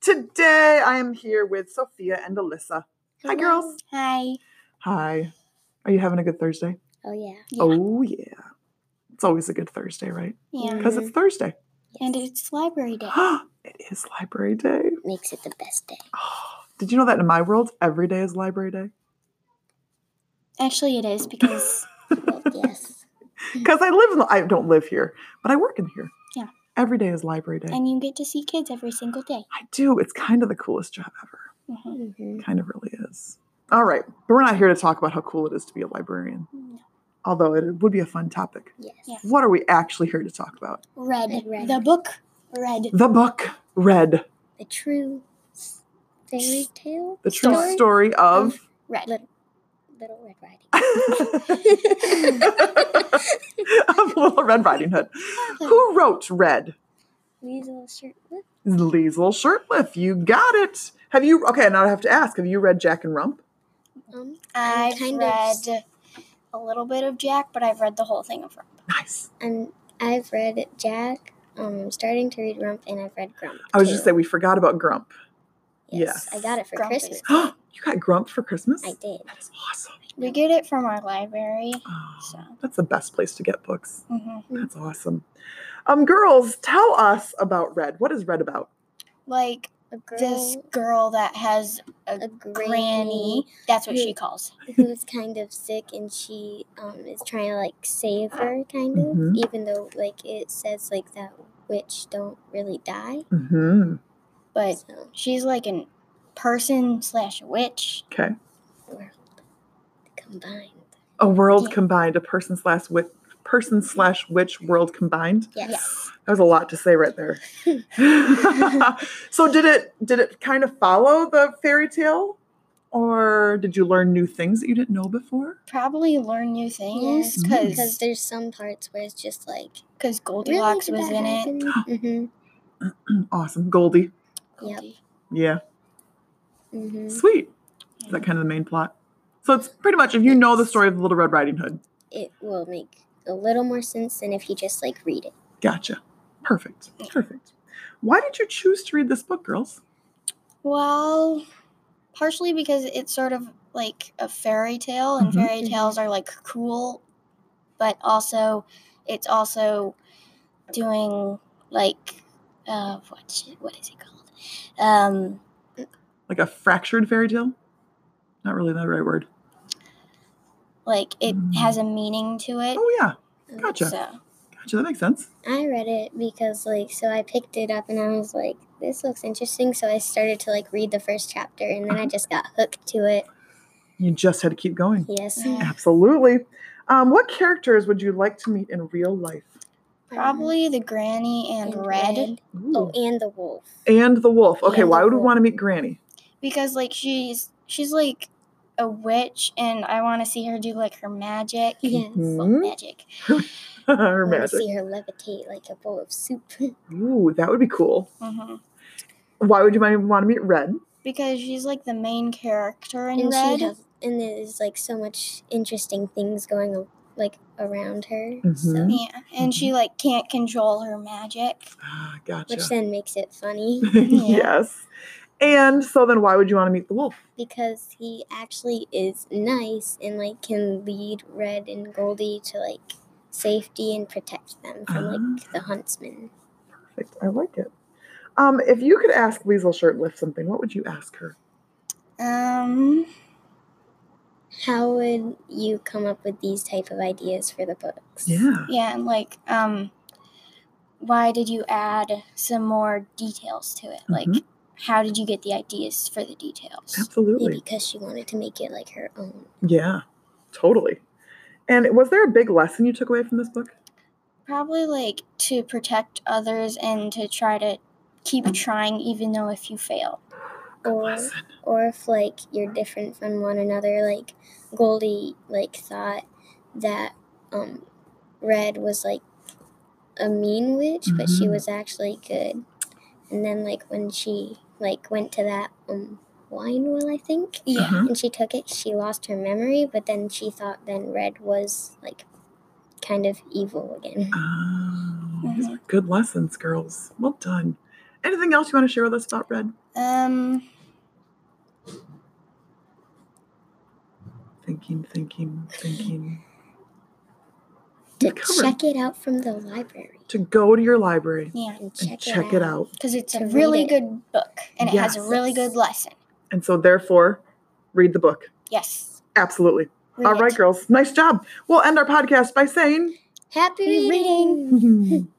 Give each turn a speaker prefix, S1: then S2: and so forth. S1: Today I am here with Sophia and Alyssa. Hi, girls.
S2: Hi.
S1: Hi. Are you having a good Thursday?
S2: Oh yeah.
S1: Oh, yeah. It's always a good Thursday, right?
S2: Yeah.
S1: Because it's Thursday.
S2: And it's library day.
S1: it is Library Day.
S2: Makes it the best day.
S1: Did you know that in my world, every day is Library Day?
S2: Actually, it is because well, yes,
S1: Because I live, in, I don't live here, but I work in here.
S2: Yeah.
S1: Every day is Library Day.
S2: and you get to see kids every single day.
S1: I do. It's kind of the coolest job ever.
S2: Mhm.
S1: kind of really is. All right, but we're not here to talk about how cool it is to be a librarian,
S2: No.
S1: although it would be a fun topic.
S3: Yes.
S2: Yeah.
S1: What are we actually here to talk about?
S2: Red.
S3: Red, red.
S2: The book. Red.
S1: The book read
S3: The true s- fairy tale.
S1: the true
S3: Story
S1: story of.
S3: Red. Little, little Red Riding.
S1: of Little Red Riding Hood. Who wrote Red?
S3: Weasel shirt.
S1: Liesel Shirtliff. You got it. Have you? Okay, now I have to ask. Have you read Jack and Rump?
S3: Um,
S2: I've
S3: kind of
S2: read
S3: s-
S2: a little bit of Jack, but I've read the whole thing of Rump.
S1: Nice.
S3: and I've read Jack. Um, starting to read Rump, and I've read Grump.
S1: I was just
S3: too.
S1: saying we forgot about Grump.
S3: Yes, I got it for
S2: Grump is-
S3: Christmas.
S1: you got Grump for Christmas.
S3: I did.
S1: That's awesome.
S2: We get it from our library.
S1: Oh,
S2: So.
S1: That's the best place to get books.
S2: hmm
S1: That's awesome. Um, girls, tell us about Red. What is Red about?
S2: Like
S3: A girl,
S2: this girl that has
S3: a
S2: granny.
S3: granny
S2: That's what she calls.
S3: who's kind of sick, and she um is trying to like save her, kind of,
S1: Mhm.
S3: even though like it says like that witch don't really die. um,
S1: Mm-hmm.
S2: But
S3: So,
S2: she's like an person slash witch.
S1: Okay.
S3: world combined.
S1: A world
S2: Yeah.
S1: combined, a person slash witch, person slash witch world combined.
S3: Yes.
S1: That was a lot to say right there. so did it did it kind of follow the fairy tale? Or did you learn new things that you didn't know before?
S2: Probably learn new things
S3: Yes,
S2: because
S3: Because there's some parts where it's just like
S2: Because Goldilocks was in it.
S3: it.
S1: Awesome. Goldie.
S3: Yep.
S2: Goldie.
S1: Yeah.
S3: hmm hmm
S1: Sweet. Is that kind of the main plot? So it's pretty much if you know the story of Little Red Riding Hood.
S3: It will make a little more sense than if you just like read it.
S1: Gotcha. Perfect. Perfect. Why did you choose to read this book, girls?
S2: Well, partially because it's sort of like a fairy tale, and
S1: Mhm.
S2: fairy tales are like cool, but also it's also doing like uh, what shit, what is it called? Um,
S1: Like a fractured fairy tale? Not really the right word.
S2: like it
S1: Mm.
S2: has a meaning to it.
S1: Oh yeah.
S3: Um,
S1: Gotcha.
S2: So
S1: Gotcha. That makes sense.
S3: I read it because like so I picked it up and I was like, this looks interesting. So I started to like read the first chapter and then I just got hooked to it.
S1: You just had to keep going.
S3: Yes.
S2: Mhm.
S1: Absolutely. Um, what characters would you like to meet in real life?
S2: probably the granny and,
S3: Um, and
S2: red,
S3: Oh, and the wolf.
S1: And the wolf. Okay,
S2: And
S1: why
S2: the
S1: would we
S2: wolf.
S1: want to meet Granny?
S2: because like she's she's like a witch, and I want to see her do like her magic.
S3: Yes.
S1: Mhm.
S2: Well, magic.
S1: Her
S3: I want to
S1: magic.
S3: see her levitate like a bowl of soup.
S1: Ooh, that would be cool.
S2: hmm
S1: Why would you mind- want to meet Red?
S2: because she's like the main character in
S3: and
S2: red.
S3: she has, and there's like so much interesting things going on, like around her, so,
S1: Mhm.
S2: yeah, and she like can't control her magic.
S1: Ah, gotcha.
S3: which then makes it funny
S1: yes. And so then why would you want to meet the wolf?
S3: because he actually is nice and like can lead Red and Goldie to like safety and protect them from
S1: Uh-huh.
S3: like the huntsman.
S1: Perfect. Ah, I like it. Um, if you could ask Liesel Shirtlift something, what would you ask her?
S2: Um,
S3: How would you come up with these type of ideas for the books?
S1: Yeah.
S2: yeah, and like um, why did you add some more details to it? Like,
S1: Mhm.
S2: how did you get the ideas for the details?
S3: Maybe
S1: Absolutely.
S3: because she wanted to make it like her own.
S1: Yeah. Totally. And was there a big lesson you took away from this book?
S2: Probably like to protect others and to try to keep trying, even though if you fail.
S3: Or
S1: Lesson.
S3: or if like you're different from one another like goldie like thought that um red was like a mean witch but she
S1: Mhm.
S3: was actually good and then like when she like went to that um wine well i think
S2: Yeah,
S1: Uh-huh.
S3: and she took it she lost her memory but then she thought then red was like kind of evil again
S1: Oh, these are good lessons, girls. Well done. Anything else you want to share with us about Red?
S2: Um,
S1: Thinking, thinking, thinking.
S3: To
S1: You've covered-
S3: check it out from the library
S1: to go to your library
S2: yeah,
S3: and
S1: and
S3: check,
S1: check it out.
S2: because it's
S3: To
S2: a
S3: read
S2: really
S3: it.
S2: good book and it has a
S1: Yes.
S2: really good lesson.
S1: And so, therefore, read the book.
S2: Yes.
S1: Absolutely.
S2: read
S1: All right,
S2: it.
S1: girls. Nice job. We'll end our podcast by saying.
S3: Happy
S2: Happy
S3: reading.
S2: reading.
S1: Mhm.